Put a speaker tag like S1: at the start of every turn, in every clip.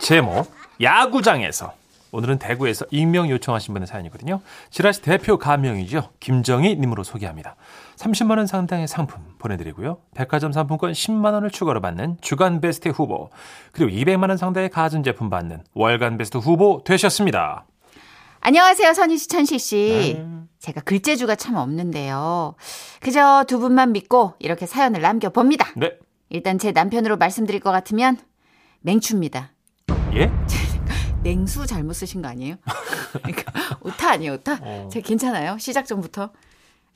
S1: 제목 야구장에서 오늘은 대구에서 익명 요청하신 분의 사연이거든요. 지라시 대표 가명이죠. 김정희 님으로 소개합니다. 30만 원 상당의 상품 보내드리고요. 백화점 상품권 10만 원을 추가로 받는 주간 베스트 후보 그리고 200만 원 상당의 가전제품 받는 월간 베스트 후보 되셨습니다.
S2: 안녕하세요, 선희 씨, 천식 씨.
S1: 네.
S2: 제가 글재주가 참 없는데요. 그저 두 분만 믿고 이렇게 사연을 남겨봅니다.
S1: 네.
S2: 일단 제 남편으로 말씀드릴 것 같으면 맹추입니다.
S1: 예?
S2: 냉수 잘못 쓰신 거 아니에요? 그러니까 오타 아니에요, 오타?
S1: 어.
S2: 제가 괜찮아요? 시작 전부터?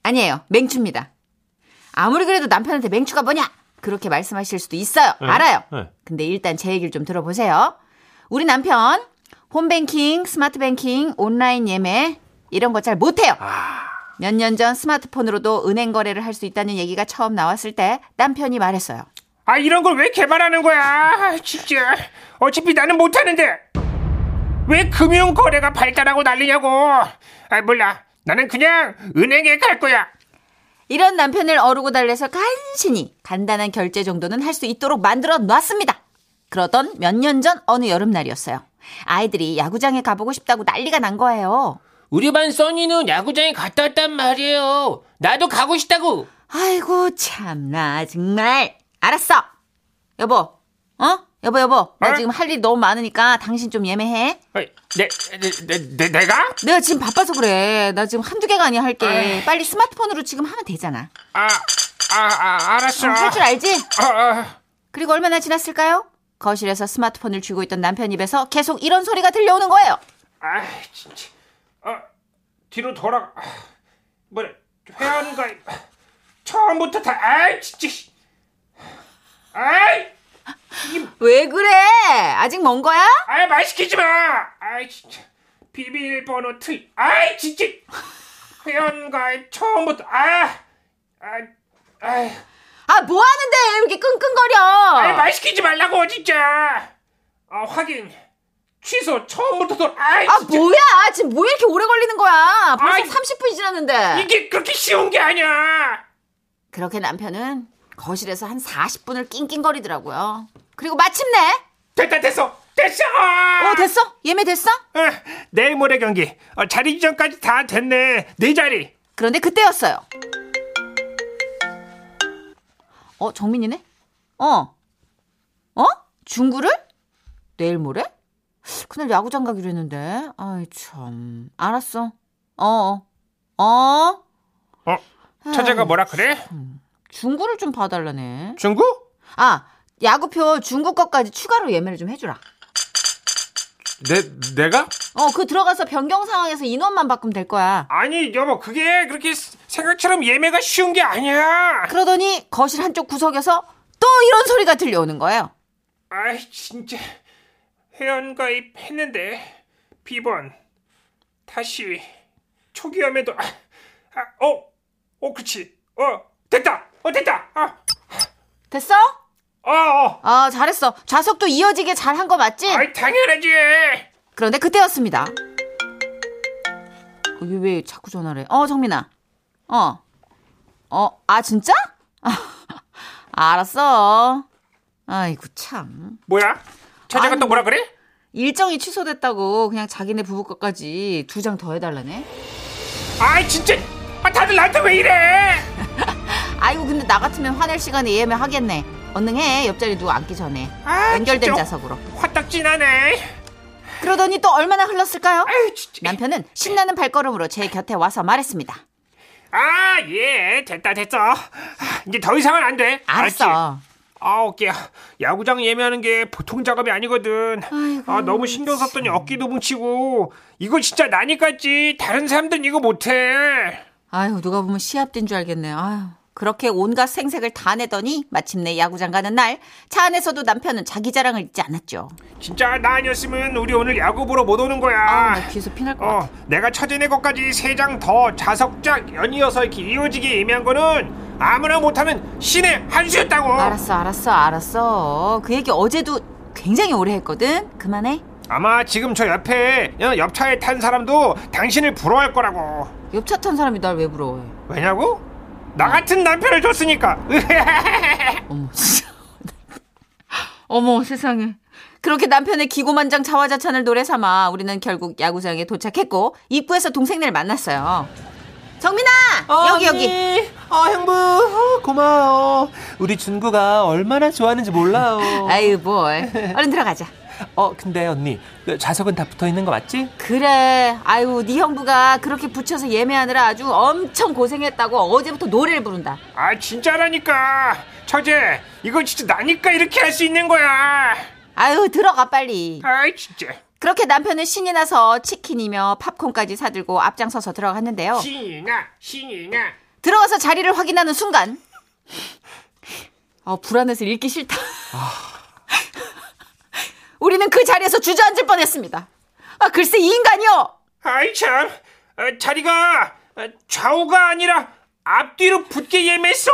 S2: 아니에요. 맹추입니다. 아무리 그래도 남편한테 맹추가 뭐냐? 그렇게 말씀하실 수도 있어요.
S1: 네.
S2: 알아요.
S1: 네.
S2: 근데 일단 제 얘기를 좀 들어보세요. 우리 남편 홈뱅킹, 스마트뱅킹, 온라인 예매 이런 거 잘 못해요. 몇 년 전 스마트폰으로도 은행 거래를 할 수 있다는 얘기가 처음 나왔을 때 남편이 말했어요.
S3: 아 이런 걸 왜 개발하는 거야 아, 진짜 어차피 나는 못하는데 왜 금융 거래가 발달하고 난리냐고 아 몰라 나는 그냥 은행에 갈 거야
S2: 이런 남편을 어르고 달래서 간신히 간단한 결제 정도는 할 수 있도록 만들어 놨습니다. 그러던 몇 년 전 어느 여름날이었어요. 아이들이 야구장에 가보고 싶다고 난리가 난 거예요.
S3: 우리 반 써니는 야구장에 갔다 왔단 말이에요 나도 가고 싶다고
S2: 아이고 참나 정말 알았어 여보 어 여보 여보 나
S3: 어?
S2: 지금 할 일이 너무 많으니까 당신 좀 예매해
S3: 내, 내, 내, 네, 내, 내가?
S2: 내가 지금 바빠서 그래 나 지금 한두 개가 아니야 할게
S3: 에이.
S2: 빨리 스마트폰으로 지금 하면 되잖아
S3: 아, 아, 아 알았어
S2: 할 줄 알지
S3: 아, 아.
S2: 그리고 얼마나 지났을까요 거실에서 스마트폰을 쥐고 있던 남편 입에서 계속 이런 소리가 들려오는 거예요
S3: 아 진짜 아, 뒤로 돌아가 아, 뭐래 회원가 아, 처음부터 다 아이 진짜 아이
S2: 왜 그래 아직 먼 거야
S3: 아이 말 시키지 마. 아이 진짜 비밀번호 틀. 아이 진짜 회원가입 처음부터 아. 아, 아이,
S2: 아 뭐 하는데 이렇게
S3: 아이
S2: 끙끙거려
S3: 말 시키지 말라고 진짜. 아 확인 취소 처음부터 돌. 아이
S2: 아
S3: 진짜
S2: 뭐야 지금 왜 이렇게 오래 걸리는 거야 벌써
S3: 아이.
S2: 30분이 지났는데
S3: 이게 그렇게 쉬운 게 아니야.
S2: 그렇게 남편은 거실에서 한 40분을 낑낑거리더라고요. 그리고 마침내
S3: 됐다 됐어 됐어.
S2: 어 됐어? 예매 됐어?
S3: 어, 내일 모레 경기 어, 자리 지정까지 다 됐네 네 자리.
S2: 그런데 그때였어요. 어 정민이네? 어? 어? 중구를? 내일 모레? 그날 야구장 가기로 했는데. 아이 참. 알았어. 어. 어. 어?
S3: 어 처제가 뭐라 그래?
S2: 중구를 좀 봐달라네.
S3: 중구?
S2: 아 야구표 중구 것까지 추가로 예매를 좀 해주라.
S1: 내 내가?
S2: 어, 그 들어가서 변경 상황에서 인원만 바꾸면 될 거야.
S3: 아니 여보 그게 그렇게 생각처럼 예매가 쉬운 게 아니야.
S2: 그러더니 거실 한쪽 구석에서 또 이런 소리가 들려오는 거예요.
S3: 아이 진짜 회원가입 했는데 비번 다시 초기화면도 아, 아, 어, 어 그치 어 됐다 어 됐다 아,
S2: 됐어?
S3: 어, 어
S2: 아, 잘했어. 좌석도 이어지게 잘 한 거 맞지?
S3: 아이 당연하지
S2: 그런데 그때였습니다. 이게 왜 자꾸 전화를 해? 어, 정민아. 어. 어, 아, 진짜? 아, 알았어. 아이고, 참.
S3: 뭐야 찾아가 또 뭐라 그래
S2: 일정이 취소됐다고 그냥 자기네 부부 것까지 두 장 더 해달라네.
S3: 아이 진짜 아 다들 나한테 왜 이래
S2: 아이고 근데 나 같으면 화낼 시간에 예매 하겠네. 언능해 옆자리 누구 앉기 전에
S3: 아,
S2: 연결된
S3: 진짜?
S2: 좌석으로.
S3: 화딱지나네
S2: 그러더니 또 얼마나 흘렀을까요?
S3: 아유 진짜
S2: 남편은 신나는 발걸음으로 제 곁에 와서 말했습니다.
S3: 아 예 됐다 됐어 아, 이제 더 이상은 안돼
S2: 알았어.
S3: 아 어깨야 야구장 예매하는 게 보통 작업이 아니거든 아 너무 신경 썼더니 어깨도 뭉치고 이거 진짜 나니까지 다른 사람들은 이거 못해
S2: 아유 누가 보면 시합된 줄 알겠네. 아유 그렇게 온갖 생색을 다 내더니 마침내 야구장 가는 날 차 안에서도 남편은 자기 자랑을 잊지 않았죠.
S3: 진짜 나 아니었으면 우리 오늘 야구 보러 못 오는
S2: 아,
S3: 거야
S2: 나 귀에서 피날 것 같아.
S3: 어 내가 처진의 것까지 세 장 더 자석작 연이어서 이렇게 이어지게 예매한 거는 아무나 못하는 신의 한 수였다고
S2: 알았어 알았어 알았어. 그 얘기 어제도 굉장히 오래 했거든. 그만해.
S3: 아마 지금 저 옆에 어, 옆차에 탄 사람도 당신을 부러워할 거라고
S2: 옆차 탄 사람이 날 왜 부러워해?
S3: 왜냐고? 나 같은 남편을 줬으니까
S2: 어머, 진짜. 어머, 세상에. 그렇게 남편의 기고만장 자화자찬을 노래 삼아 우리는 결국 야구장에 도착했고 입구에서 동생네를 만났어요. 정민아 여기 여기
S1: 어 형부 어, 고마워. 우리 준구가 얼마나 좋아하는지 몰라요.
S2: 아유 뭘 얼른 들어가자.
S1: 어 근데 언니 그 좌석은 다 붙어 있는 거 맞지?
S2: 그래 아유 네 형부가 그렇게 붙여서 예매하느라 아주 엄청 고생했다고 어제부터 노래를 부른다.
S3: 아 진짜라니까 처제 이건 진짜 나니까 이렇게 할 수 있는 거야
S2: 아유 들어가 빨리.
S3: 아 진짜
S2: 그렇게 남편은 신이 나서 치킨이며 팝콘까지 사들고 앞장서서 들어갔는데요.
S3: 신이나 신이나
S2: 들어가서 자리를 확인하는 순간 어, 불안해서 읽기 싫다. 우리는 그 자리에서 주저앉을 뻔했습니다. 아, 글쎄 이 인간이요.
S3: 아이 참 어, 자리가 어, 좌우가 아니라 앞뒤로 붙게 예매했어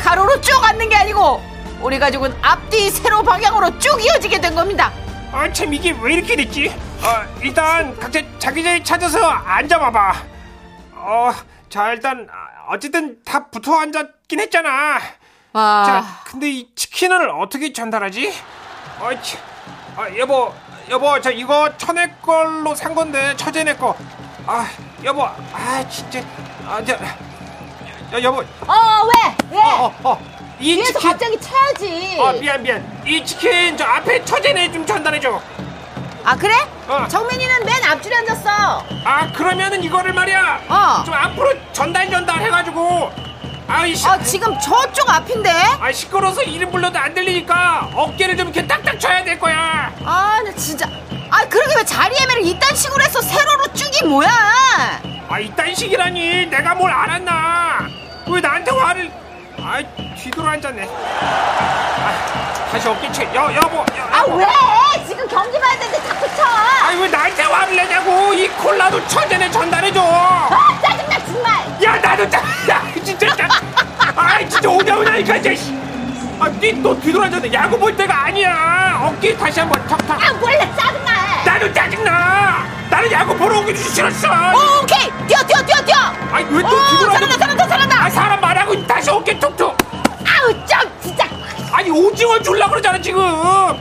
S2: 가로로 쭉 앉는 게 아니고 우리 가족은 앞뒤 세로 방향으로 쭉 이어지게 된 겁니다.
S3: 아 참 이게 왜 이렇게 됐지 어, 일단 각자 자기 자리 찾아서 앉아봐봐 어자 일단 아, 어쨌든 다 붙어 앉았긴 했잖아
S2: 와,
S3: 자, 근데 이 치킨을 어떻게 전달하지? 어이치. 아, 여보, 여보, 저 이거 천혜 걸로 산 건데 처제네 거. 아, 여보, 아 진짜, 아, 저, 여, 여보,
S2: 어 왜? 왜?
S3: 어, 어, 이
S2: 뒤에서
S3: 치킨.
S2: 갑자기 차야지.
S3: 아, 미안, 미안. 이 치킨 저 앞에 처제네 좀 전달해 줘.
S2: 아, 그래?
S3: 어.
S2: 정민이는 맨 앞줄에 앉았어.
S3: 아, 그러면은 이거를 말이야.
S2: 어.
S3: 좀 앞으로 전달 전달 해가지고. 아이씨.
S2: 아 지금 저쪽 앞인데?
S3: 아 시끄러워서 이름 불러도 안 들리니까 어깨를 좀 이렇게 딱딱 쳐야 될 거야.
S2: 아, 나 진짜. 아, 그러게 왜 자리 예매를 이딴 식으로 해서 세로로 쭉이 뭐야?
S3: 아 이딴 식이라니 내가 뭘 알았나 왜 나한테 화를 아 뒤돌아 앉았네 아, 다시 어깨채 여 여보 여,
S2: 아,
S3: 여보.
S2: 왜? 지금 경기 봐야 되는데 자꾸 쳐!
S3: 아이 왜 나한테 화를 내냐고 이 콜라도 천재네 전달해줘
S2: 아, 짜증나, 정말!
S3: 야 나도 짜 야, 진짜 짜 아이 진짜 오냐오냐니까 이제 아너 뒤돌아 앉았네 야구 볼 때가 아니야 어깨 다시 한번 탁탁
S2: 아, 몰라, 짜증나!
S3: 나도 짜증나 나는 야구 보러 오기 싫었어
S2: 오, 오케이! 뛰어, 뛰어, 뛰어, 뛰어!
S3: 아이 왜 또
S2: 오,
S3: 뒤돌아
S2: 잘한다,
S3: 앉았
S2: 잘한다,
S3: 아
S2: 잘한다!
S3: 사람 말하고 다시 어깨 툭툭
S2: 아우, 좀, 진짜!
S3: 아니 오징어 줄라 그러잖아 지금.
S2: 오!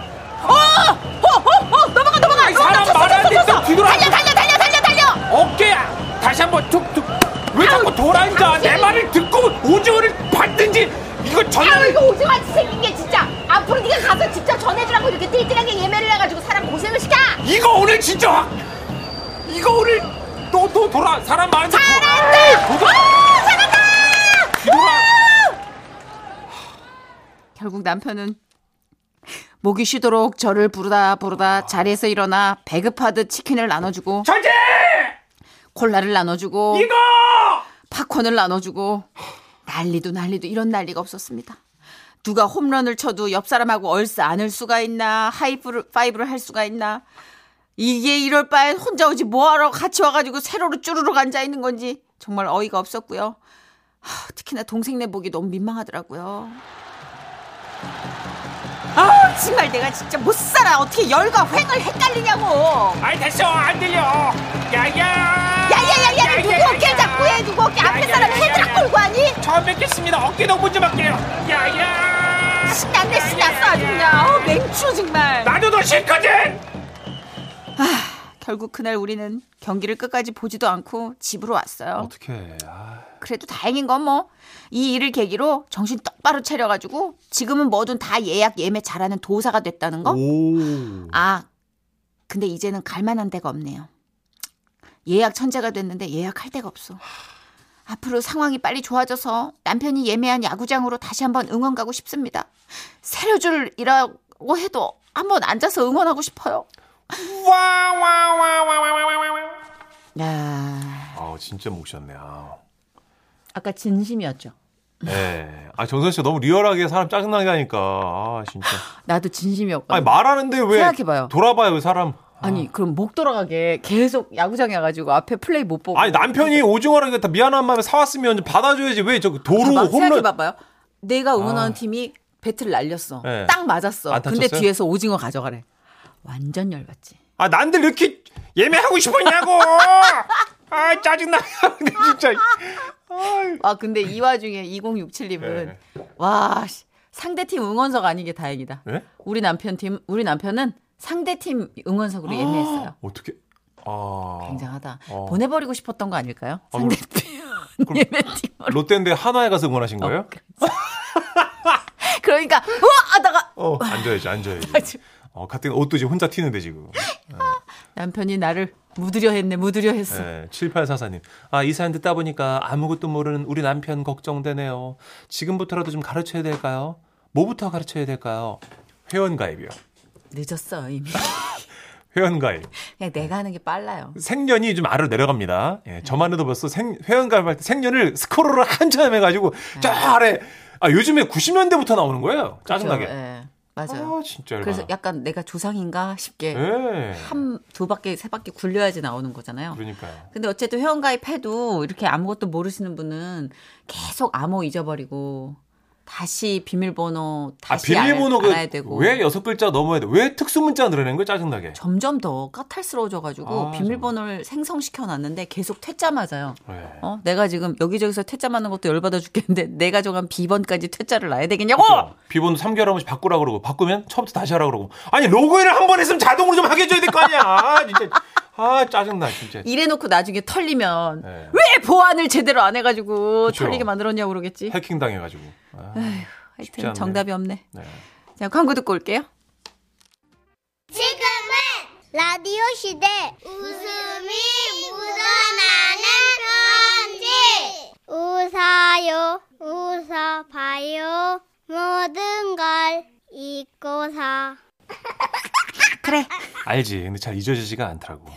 S2: 호, 호, 호! 어, 넘어가, 넘어가!
S3: 아이,
S2: 넘어가,
S3: 사람 말안 듣고 뒤돌아.
S2: 달려, 달려, 달려, 달려, 달려!
S3: 어깨야 다시 한번 툭툭. 왜 자꾸 돌아앉아? 내 말을 듣고 오징어를 봤든지 이거
S2: 아우,
S3: 전화를.
S2: 이거 오징어같이 생긴 게 진짜! 앞으로 네가 가서 직접 전해주라고 이렇게 띨띨하게 예매를 해가지고 사람 고생을 시켜!
S3: 이거 오늘 진짜 확. 이거 오늘 또 또 돌아 사람 말안 듣고.
S2: 잘한다!
S3: 돌아. 뒤돌아.
S2: 결국 남편은 목이 쉬도록 저를 부르다 부르다 자리에서 일어나 배급하듯 치킨을 나눠주고
S3: 천재
S2: 콜라를 나눠주고
S3: 이거.
S2: 팝콘을 나눠주고 난리도 난리도 이런 난리가 없었습니다. 누가 홈런을 쳐도 옆 사람하고 얼싸 안을 수가 있나 하이브를 파이브를 할 수가 있나 이게 이럴 바엔 혼자 오지 뭐하러 같이 와가지고 세로로 쭈르륵 앉아 있는 건지 정말 어이가 없었고요. 하, 특히나 동생네 보기 너무 민망하더라고요. 아 정말 내가 진짜 못 살아 어떻게 열과 횡을 헷갈리냐고.
S3: 아이 됐어 안 들려. 야야.
S2: 야야야야 누구 어깨 잡고 해 누구 어깨 앞에 사람 헤드락 걸고 하니?
S3: 처음 뵙겠습니다. 어깨 너무 좀 할게요. 야야.
S2: 신났네 신났어 아주 그냥 어, 맹추 정말
S3: 나도 너 싫거든.
S2: 결국 그날 우리는 경기를 끝까지 보지도 않고 집으로 왔어요
S1: 어떻게? 아,
S2: 그래도 다행인 건 뭐 이 일을 계기로 정신 똑바로 차려가지고 지금은 뭐든 다 예약 예매 잘하는 도사가 됐다는
S1: 오.
S2: 거아 근데 이제는 갈만한 데가 없네요 예약 천재가 됐는데 예약할 데가 없어 앞으로 상황이 빨리 좋아져서 남편이 예매한 야구장으로 다시 한번 응원 가고 싶습니다 세로줄이라고 해도 한번 앉아서 응원하고 싶어요
S3: 와와와와와와와.
S2: 야,
S1: 아 진짜 목 쉬었네. 아.
S2: 아까 진심이었죠.
S1: 네. 아 정선 씨가 너무 리얼하게 사람 짜증나게 하니까 아 진짜.
S2: 나도 진심이었고.
S1: 아니
S2: 아니,
S1: 말하는데 왜
S2: 생각해봐요.
S1: 돌아봐요 사람. 아.
S2: 그럼 목 돌아가게 계속 야구장에 가가지고 앞에 플레이 못 보고.
S1: 아니 남편이 오징어랑 이거 다 미안한 마음에 사왔으면 좀 받아줘야지 왜 저 도로
S2: 봐봐,
S1: 홈런 아.
S2: 생각해봐봐요. 내가 응원하는 팀이 배트를 날렸어.
S1: 네.
S2: 딱 맞았어.
S1: 안
S2: 근데
S1: 다쳤어요?
S2: 뒤에서 오징어 가져가래. 완전 열받지.
S3: 아 난들 이렇게 예매하고 싶었냐고. 아 짜증나. 근데 진짜.
S2: 아 근데 이 와중에 2067님은
S1: 네.
S2: 와 씨, 상대팀 응원석 아니게 다행이다.
S1: 예?
S2: 우리 남편 팀, 우리 남편은 상대팀 응원석으로 예매했어요.
S1: 어떻게? 아.
S2: 굉장하다.
S1: 어.
S2: 보내버리고 싶었던 거 아닐까요?
S1: 아, 그럼-
S2: 상대팀 예매팀으로.
S1: 롯데인데 하나에 가서 응원하신
S2: 어,
S1: 거예요?
S2: 그러니까 우와 아다가
S1: 어, 앉아야지, 앉아야지. 어, 같은 옷도 지금 혼자 튀는데 지금.
S2: 남편이 나를 무드려 했네 무드려 했어.
S1: 네, 7844님. 아, 이 사연 듣다 보니까 아무것도 모르는 우리 남편 걱정되네요. 지금부터라도 좀 가르쳐야 될까요? 뭐부터 가르쳐야 될까요? 회원가입이요.
S2: 늦었어 이미.
S1: 회원가입.
S2: 그냥 내가 하는 게 빨라요.
S1: 생년이 좀 아래로 내려갑니다. 예, 저만 해도 벌써 생, 회원가입 할 때 생년을 스크롤을 한참 해가지고 저 아래. 아, 요즘에 90년대부터 나오는 거예요. 짜증나게.
S2: 음. 그렇죠? 예, 맞아요.
S1: 아, 진짜
S2: 그래서
S1: 열받아.
S2: 약간 내가 조상인가 싶게
S1: 예.
S2: 한 두 바퀴 세 바퀴 굴려야지 나오는 거잖아요.
S1: 그러니까요.
S2: 근데 어쨌든 회원가입해도 이렇게 아무것도 모르시는 분은 계속 암호 잊어버리고 다시 비밀번호
S1: 아,
S2: 다시
S1: 비밀번호가
S2: 알아야 되고
S1: 왜 여섯 글자 넘어야 돼? 왜 특수문자 늘어낸 거야? 짜증나게.
S2: 점점 더 까탈스러워져가지고
S1: 아,
S2: 비밀번호를 생성시켜 놨는데 계속 퇴짜 맞아요.
S1: 예.
S2: 어, 내가 지금 여기저기서 퇴짜 맞는 것도 열받아 죽겠는데 내가 정한 비번까지 퇴짜를 놔야 되겠냐고!
S1: 그렇죠. 비번 3개월 한 번씩 바꾸라 그러고 바꾸면 처음부터 다시 하라 그러고 아니 로그인을 한 번 했으면 자동으로 좀 하게 해줘야 될 거 아니야 아, 진짜 아 짜증나 진짜
S2: 이래놓고 나중에 털리면
S1: 네.
S2: 왜 보안을 제대로 안 해가지고
S1: 그렇죠.
S2: 털리게 만들었냐고 그러겠지.
S1: 해킹 당해가지고 아, 쉽지
S2: 하여튼
S1: 않네.
S2: 정답이 없네.
S1: 네.
S2: 자, 광고 듣고 올게요.
S4: 지금은 라디오 시대 웃음이 묻어나는 편지 웃어요 웃어봐요 모든 걸 잊고 사
S2: 그래.
S1: 알지 근데 잘 잊어지지가 않더라고 네.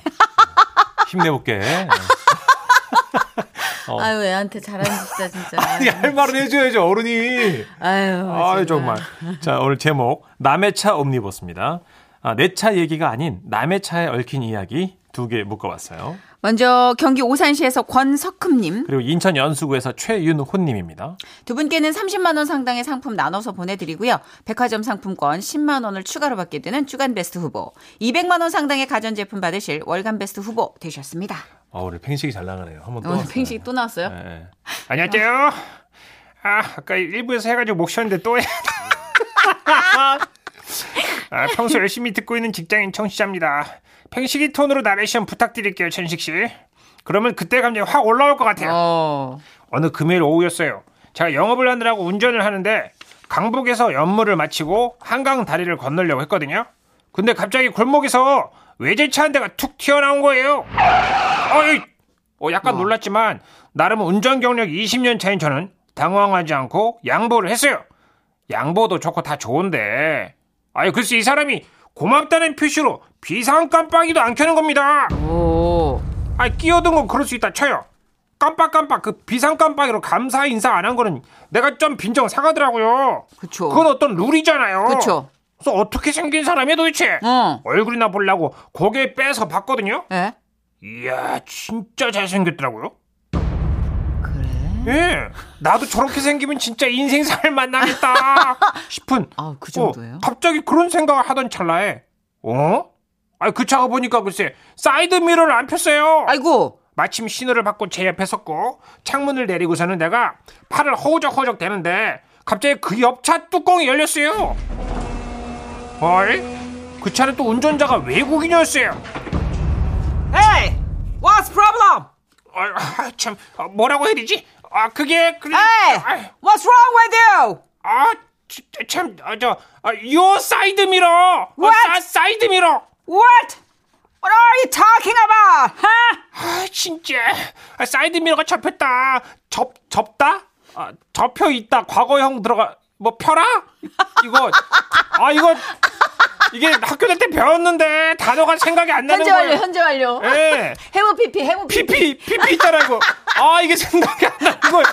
S1: 힘내볼게 네. 어.
S2: 아유, 애한테 잘하는 짓이다, 진짜.
S1: 아니 할 말은 해줘야죠 어른이
S2: 아유,
S1: 아
S2: 정말.
S1: 정말 자 오늘 제목 남의 차 옴니버스입니다 아, 내 차 얘기가 아닌 남의 차에 얽힌 이야기 두 개 묶어왔어요
S2: 먼저 경기 오산시에서 권석흠님
S1: 그리고 인천 연수구에서 최윤호님입니다
S2: 두 분께는 30만 원 상당의 상품 나눠서 보내드리고요. 백화점 상품권 10만 원을 추가로 받게 되는 주간 베스트 후보, 200만 원 상당의 가전 제품 받으실 월간 베스트 후보 되셨습니다.
S1: 아, 오늘 팽식이 잘 나가네요 한번 또
S2: 오늘
S1: 왔어요.
S2: 팽식이 또 나왔어요.
S1: 예, 예.
S3: 안녕하세요. 아, 아까 일부에서 해가지고 목 쉬었는데 또 해. 아, 평소 열심히 듣고 있는 직장인 청취자입니다. 팽식이 톤으로 나레이션 부탁드릴게요, 천식 씨. 그러면 그때 감정이 확 올라올 것 같아요.
S2: 어.
S3: 어느 금요일 오후였어요. 제가 영업을 하느라고 운전을 하는데 강북에서 연무를 마치고 한강 다리를 건너려고 했거든요. 근데 갑자기 골목에서 외제차 한 대가 툭 튀어나온 거예요. 어이! 어, 약간 놀랐지만 나름 운전 경력 20년 차인 저는 당황하지 않고 양보를 했어요. 양보도 좋고 다 좋은데 아니 글쎄 이 사람이 고맙다는 표시로 비상 깜빡이도 안 켜는 겁니다.
S2: 오.
S3: 아 끼어든 건 그럴 수 있다 쳐요. 깜빡깜빡 그 비상 깜빡이로 감사 인사 안 한 거는 내가 좀 빈정 사가더라고요.
S2: 그쵸.
S3: 그건 어떤 룰이잖아요.
S2: 그쵸.
S3: 그래서 어떻게 생긴 사람이야 도대체?
S2: 어.
S3: 얼굴이나 보려고 고개 빼서 봤거든요.
S2: 예?
S3: 이야 진짜 잘생겼더라고요.
S2: 그래.
S3: 예, 나도 저렇게 생기면 진짜 인생 살 만나겠다 싶은
S2: 아, 그
S3: 어,
S2: 정도예요?
S3: 갑자기 그런 생각을 하던 찰나에 어? 아니 그 차가 보니까 글쎄 사이드 미러를 안 폈어요.
S2: 아이고.
S3: 마침 신호를 받고 제 옆에 섰고 창문을 내리고서는 내가 팔을 허우적허우적 대는데 갑자기 그 옆 차 뚜껑이 열렸어요. 어이? 그 차는 또 운전자가 외국인이었어요.
S5: Hey, what's problem?
S3: 어, 아, 참 어, 뭐라고 해야 되지? 아 그게 그래.
S5: Hey, what's wrong with you?
S3: 아 참 아, 저 요 사이드 미러. 어,
S5: What?
S3: 사- 사이드 미러.
S5: What? What are you talking about? Huh?
S3: 아 진짜 아, 사이드 미러가 접혔다. 접 접다? 아, 접혀 있다. 과거형 들어가 뭐 펴라? 이거 아 이거 이게 학교 다닐 때 배웠는데 단어가 생각이 안 나는
S2: 현재 완료,
S3: 거예요.
S2: 현재 완료.
S3: 예.
S2: 해무 피피, 해무 피피.
S3: 피피 피피 있잖아 이거. 아 이게 생각이 안 나는 거예요.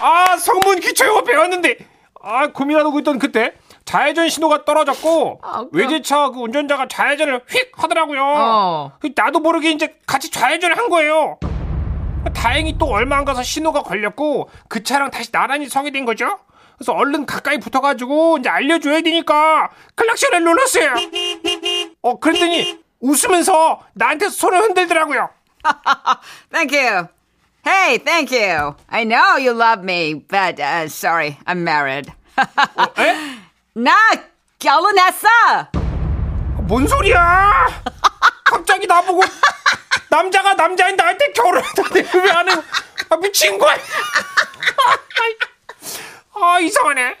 S3: 아 성문 기초영어 배웠는데 아 고민하고 있던 그때 좌회전 신호가 떨어졌고
S2: 아, 웃겨.
S3: 외제차 그 운전자가 좌회전을 휙 하더라고요. 그
S2: 어.
S3: 나도 모르게 이제 같이 좌회전을 한 거예요. 다행히 또 얼마 안 가서 신호가 걸렸고 그 차랑 다시 나란히 서게 된 거죠. 그래서 얼른 가까이 붙어가지고 이제 알려줘야 되니까 클락션을 눌렀어요. 어 그랬더니 웃으면서 나한테 손을 흔들더라고요.
S5: Thank you. Hey, thank you. I know you love me, but uh, sorry, I'm married.
S2: 나 결혼 했어.
S3: 뭔 소리야? 갑자기 나보고 남자가 남자인 나한테 결혼했다는데 왜안 해? 아, 미친 거야? 아 이상하네.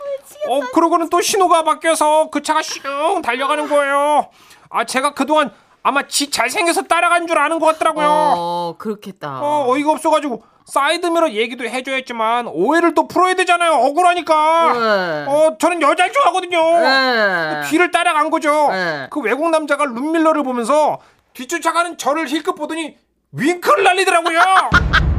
S3: 어 그러고는 또 신호가 바뀌어서 그 차가 슝 달려가는 거예요. 아 제가 그동안 아마 지 잘생겨서 따라간 줄 아는 것 같더라고요.
S6: 어, 그렇겠다.
S3: 어 어이가 없어가지고 사이드미러 얘기도 해줘야 했지만 오해를 또 풀어야 되잖아요. 억울하니까.
S6: 네.
S3: 어 저는 여자를 좋아하거든요.
S6: 네.
S3: 그 뒤를 따라간 거죠.
S6: 네.
S3: 그 외국 남자가 룸밀러를 보면서 뒤쫓아가는 저를 힐끗 보더니 윙크를 날리더라고요.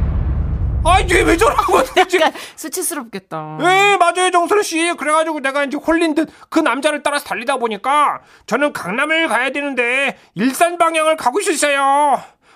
S3: 아, 이게 왜 저러는
S6: 그러니까
S3: 거지? 지금.
S6: 수치스럽겠다.
S3: 예, 맞아요, 정선 씨. 그래가지고 내가 이제 홀린 듯 그 남자를 따라서 달리다 보니까 저는 강남을 가야 되는데 일산 방향을 가고 있었어요.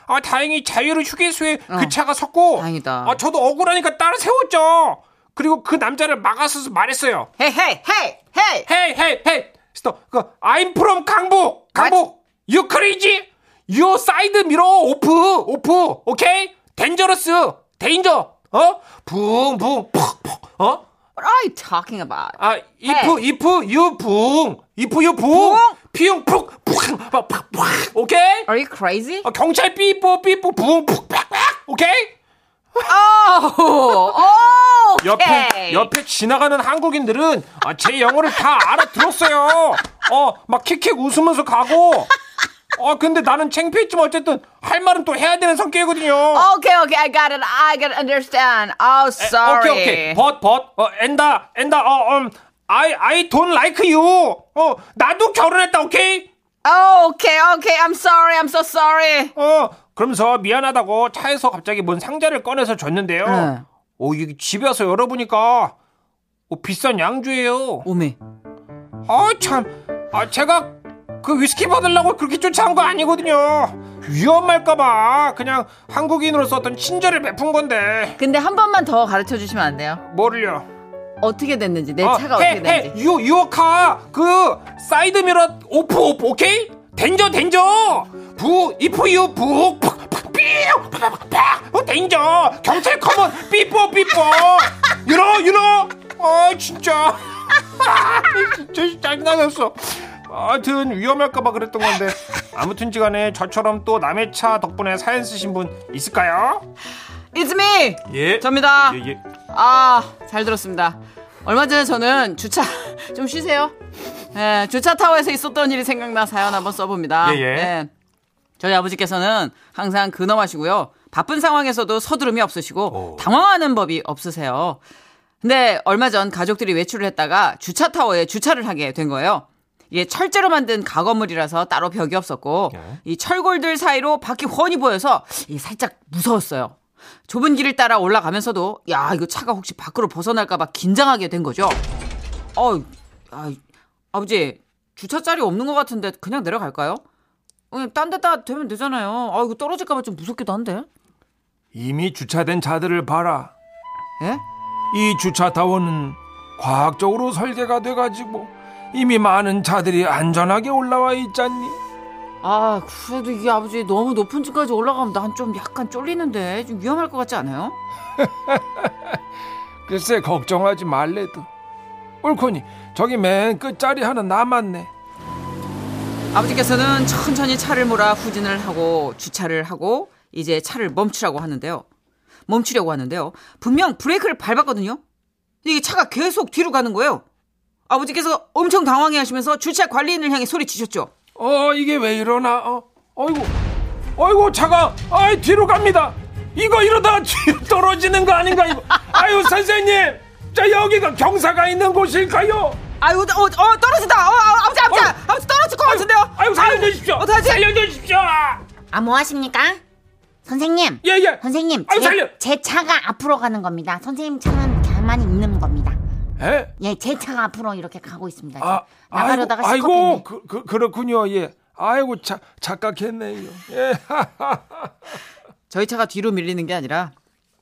S3: 아, 다행히 자유로 휴게소에 그 차가 섰고.
S6: 어. 다행이다.
S3: 아, 저도 억울하니까 따라 세웠죠. 그리고 그 남자를 막아서서 말했어요.
S2: 헤이 헤이 헤이 헤이.
S3: 헤이 헤이 헤이 스톱 그 I'm from 강북 강북 유 크레이지 유 사이드 미러 오프 오프 오케이 덴저러스 데인저 어 붕붕 푹푹어
S2: What are you talking about?
S3: 아, 이프, 이프, 유, 붕. 이프, 유, 붕. 피웅, 푹, 푹, 푹, 푹, 오케이?
S2: Are you crazy?
S3: 어, 경찰 삐뽀, 삐뽀, 붕, 푹, 팍, 팍. 오케이?
S2: 오, 오,
S3: 옆에
S2: 오케이.
S3: 옆에 지나가는 한국인들은 아, 제 영어를 다 알아들었어요. 어, 막 킥킥 웃으면서 가고. 어, 근데 나는 창피했지만 어쨌든 할 말은 또 해야 되는 성격이거든요.
S2: Okay, okay, I got it. I got it. Understand. Oh,
S3: 에,
S2: sorry.
S3: 오케이, 오케이. 벗, 벗. 어, 엔다, 엔다. 어, 음, I, I don't like you. 어, 나도 결혼했다, 오케이?
S2: Okay, okay. I'm sorry. I'm so sorry.
S3: 어, 그러면서 미안하다고 차에서 갑자기 뭔 상자를 꺼내서 줬는데요.
S2: 네.
S3: 어, 이게 집에 와서 열어보니까 어, 비싼 양주예요.
S2: 오메.
S3: 아 참, 아 제가 그 위스키 받으려고 그렇게 쫓아온 거 아니거든요. 위험할까봐 그냥 한국인으로서 어떤 친절을 베푼 건데
S2: 근데 한 번만 더 가르쳐 주시면 안 돼요?
S3: 뭐를요?
S2: 어떻게 됐는지 내 차가
S3: 해,
S2: 어떻게 됐는지.
S3: 해, 유, 유어카 그 사이드 미러 오프 오프 오케이? 덴저 덴저 부 이프 유 부. 팍, 팍, 삐우, 팍, 팍, 팍. 어, 덴저 경찰 커먼 삐뽀 삐뽀 유노 유노 아 진짜 진짜 짜증나겠어 아무튼 위험할까봐 그랬던 건데 아무튼지간에 저처럼 또 남의 차 덕분에 사연 쓰신 분 있을까요?
S2: It's me.
S1: 예.
S2: 접니다.
S1: 예, 예.
S2: 아, 잘 들었습니다. 얼마 전에 저는 주차 좀 쉬세요. 예, 주차 타워에서 있었던 일이 생각나 사연 한번 써봅니다.
S1: 예, 예.
S2: 저희 아버지께서는 항상 근엄하시고요. 바쁜 상황에서도 서두름이 없으시고 당황하는 법이 없으세요. 근데 얼마 전 가족들이 외출을 했다가 주차 타워에 주차를 하게 된 거예요. 이게 철제로 만든 가건물이라서 따로 벽이 없었고
S1: 예.
S2: 이 철골들 사이로 밖이 훤히 보여서 이 살짝 무서웠어요. 좁은 길을 따라 올라가면서도 야 이거 차가 혹시 밖으로 벗어날까봐 긴장하게 된 거죠. 어, 아, 아버지 주차 자리 없는 것 같은데 그냥 내려갈까요? 딴 데다 되면 되잖아요. 아 이거 떨어질까봐 좀 무섭기도 한데.
S1: 이미 주차된 차들을 봐라.
S2: 예?
S1: 이 주차 타워는 과학적으로 설계가 돼가지고 이미 많은 차들이 안전하게 올라와 있잖니.
S2: 아 그래도 이게 아버지 너무 높은 층까지 올라가면 난 좀 약간 쫄리는데 좀 위험할 것 같지 않아요?
S1: 글쎄 걱정하지 말래도. 옳거니 저기 맨 끝자리 하나 남았네.
S2: 아버지께서는 천천히 차를 몰아 후진을 하고 주차를 하고 이제 차를 멈추라고 하는데요. 멈추려고 하는데요. 분명 브레이크를 밟았거든요. 근데 이게 차가 계속 뒤로 가는 거예요. 아버지께서 엄청 당황해하시면서 주차 관리인을 향해 소리치셨죠.
S1: 어 이게 왜 이러나? 어 어이구 어이구 차가 아이 뒤로 갑니다. 이거 이러다 뒤로 떨어지는 거 아닌가 이거. 아유 선생님 저 여기가 경사가 있는 곳일까요?
S2: 아유, 어, 어 떨어진다. 어, 어, 아버지, 아버지, 아버지 떨어질 것 같은데요.
S1: 아유 살려주십시오.
S2: 어떡하지?
S1: 살려주십시오.
S6: 아, 뭐 하십니까? 선생님.
S1: 예예.
S6: 선생님,
S1: 아유, 살려!
S6: 제, 제 차가 앞으로 가는 겁니다. 선생님 차는 가만히 있는 겁니다.
S1: 에?
S6: 예, 제 차가 앞으로 이렇게 가고 있습니다.
S1: 아,
S6: 나가려다가
S1: 아이고,
S6: 시커했네
S1: 아이고 그, 그, 그렇군요. 예. 아이고 자, 착각했네요. 예.
S2: 저희 차가 뒤로 밀리는 게 아니라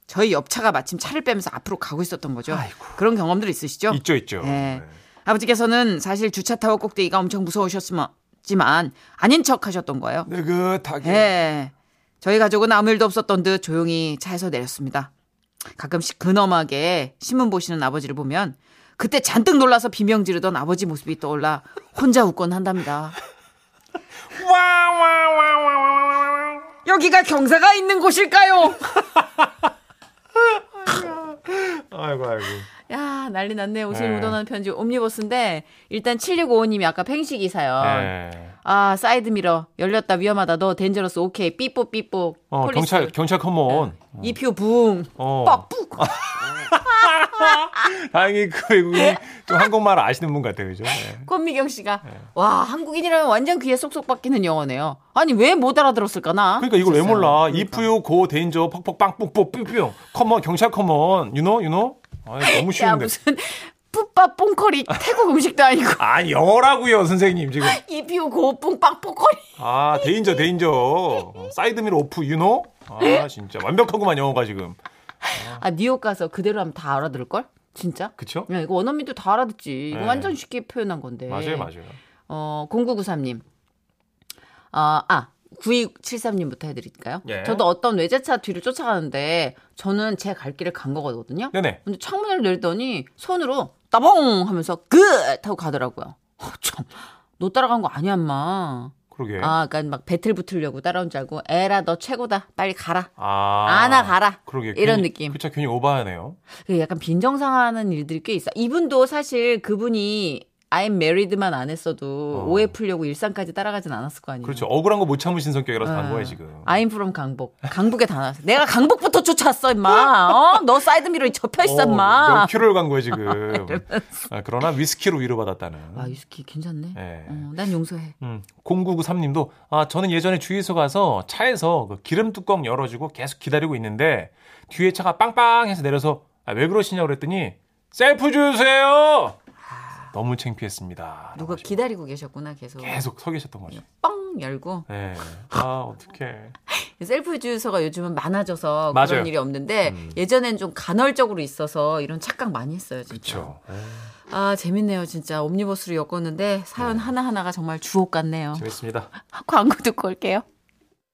S2: 저희 옆 차가 마침 차를 빼면서 앞으로 가고 있었던 거죠. 그런 경험들 있으시죠?
S1: 있죠, 있죠.
S2: 네. 아버지께서는 사실 주차 타워 꼭대기가 엄청 무서우셨지만 아닌 척 하셨던 거예요.
S1: 느긋하게.
S2: 예. 저희 가족은 아무 일도 없었던 듯 조용히 차에서 내렸습니다. 가끔씩 근엄하게 신문 보시는 아버지를 보면 그때 잔뜩 놀라서 비명 지르던 아버지 모습이 떠올라 혼자 웃곤 한답니다.
S7: 와와와와와와와.
S2: 여기가 경사가 있는 곳일까요?
S1: 아이고 아이고.
S2: 야 난리 났네. 옷을
S1: 네.
S2: 묻어나는 편지 옴니버스인데 일단 7655님이 아까 팽식 이사요.
S1: 네.
S2: 아 사이드 미러 열렸다 위험하다 너 덴저러스 오케이 삐뽀 삐뽀
S1: 어
S2: 폴리스.
S1: 경찰 경찰 컴온.
S2: 이표 붕
S1: 어.
S2: 뻑북
S1: 다행히 그 외국인 좀 한국말 아시는 분 같아요, 그죠? 네.
S2: 권미경 씨가 와 한국인이라면 완전 귀에 쏙쏙 박히는 영어네요. 아니 왜 못 알아들었을까나?
S1: 그러니까 이걸 왜
S2: 했었어요.
S1: 몰라? 이프요 고 데인저 퍽퍽 빵ปุ๊뿌 뿅뿅 컴온 경찰 컴온 유노 유노. 아 너무
S2: 야
S1: 쉬운데.
S2: 무슨 풋밥 뽕커리 태국 음식도 아니고
S1: 아 영어라고요 선생님 지금.
S2: 이표 고 뽕빵 뽕커리.
S1: 아 데인저 데인저 어, 사이드미러 오프 유노. 아 진짜 완벽하구만 영어가 지금.
S2: 아 뉴욕 가서 그대로 하면 다 알아들을 걸? 진짜?
S1: 어. 그쵸?
S2: 야, 이거 원어민도 다 알아듣지. 이거
S1: 네.
S2: 완전 쉽게 표현한 건데.
S1: 맞아요 맞아요.
S2: 어, 0993님. 아, 아, 9273님부터 해드릴까요?
S1: 예.
S2: 저도 어떤 외제차 뒤를 쫓아가는데 저는 제 갈 길을 간 거거든요.
S1: 네네.
S2: 근데 창문을 열더니 손으로 따봉 하면서 끝 하고 가더라고요. 어, 참, 너 따라간 거 아니야, 엄마.
S1: 그러게.
S2: 아, 그러니까 막 배틀 붙으려고 따라온 줄 알고 에라 너 최고다. 빨리 가라.
S1: 아.
S2: 안아 가라.
S1: 그러게.
S2: 이런
S1: 괜히-
S2: 느낌.
S1: 그쵸 괜히 오버하네요.
S2: 그 약간 빈정상하는 일들이 꽤 있어. 이분도 사실 그분이 I'm married만 안 했어도
S1: 어.
S2: 오해 풀려고 일상까지 따라가진 않았을 거 아니에요.
S1: 그렇죠. 억울한 거 못 참으신 성격이라서
S2: 아.
S1: 간 거예요 지금.
S2: I'm from 강복. 강북에 다 나왔어. 내가 강북부터 쫓아왔어, 임마. 어? 너 사이드미러에 접혀있어,
S1: 어,
S2: 임마.
S1: 몇 킬로를 간 거예요 지금. 아, 그러나 위스키로 위로받았다는.
S2: 와, 아, 유스키 괜찮네.
S1: 예.
S2: 어, 난 용서해.
S1: 음, 0993님도 아 저는 예전에 주유소 가서 차에서 그 기름 뚜껑 열어주고 계속 기다리고 있는데 뒤에 차가 빵빵해서 내려서 아, 왜 그러시냐고 그랬더니 셀프 주유소예요. 너무 창피했습니다.
S2: 아. 누가
S1: 라고 하시고
S2: 기다리고 계셨구나, 계속.
S1: 계속 서 계셨던 거죠.
S2: 뻥 열고.
S1: 네. 아
S2: 음.
S1: 어떡해.
S2: 셀프 주유소가 요즘은 많아져서
S1: 맞아요.
S2: 그런 일이 없는데 예전엔 좀 간헐적으로 있어서 이런 착각 많이 했어요. 진짜.
S1: 그렇죠.
S2: 아 재밌네요 진짜 옴니버스로 엮었는데 사연 하나하나가 정말 주옥 같네요
S1: 재밌습니다.
S2: 광고 듣고 올게요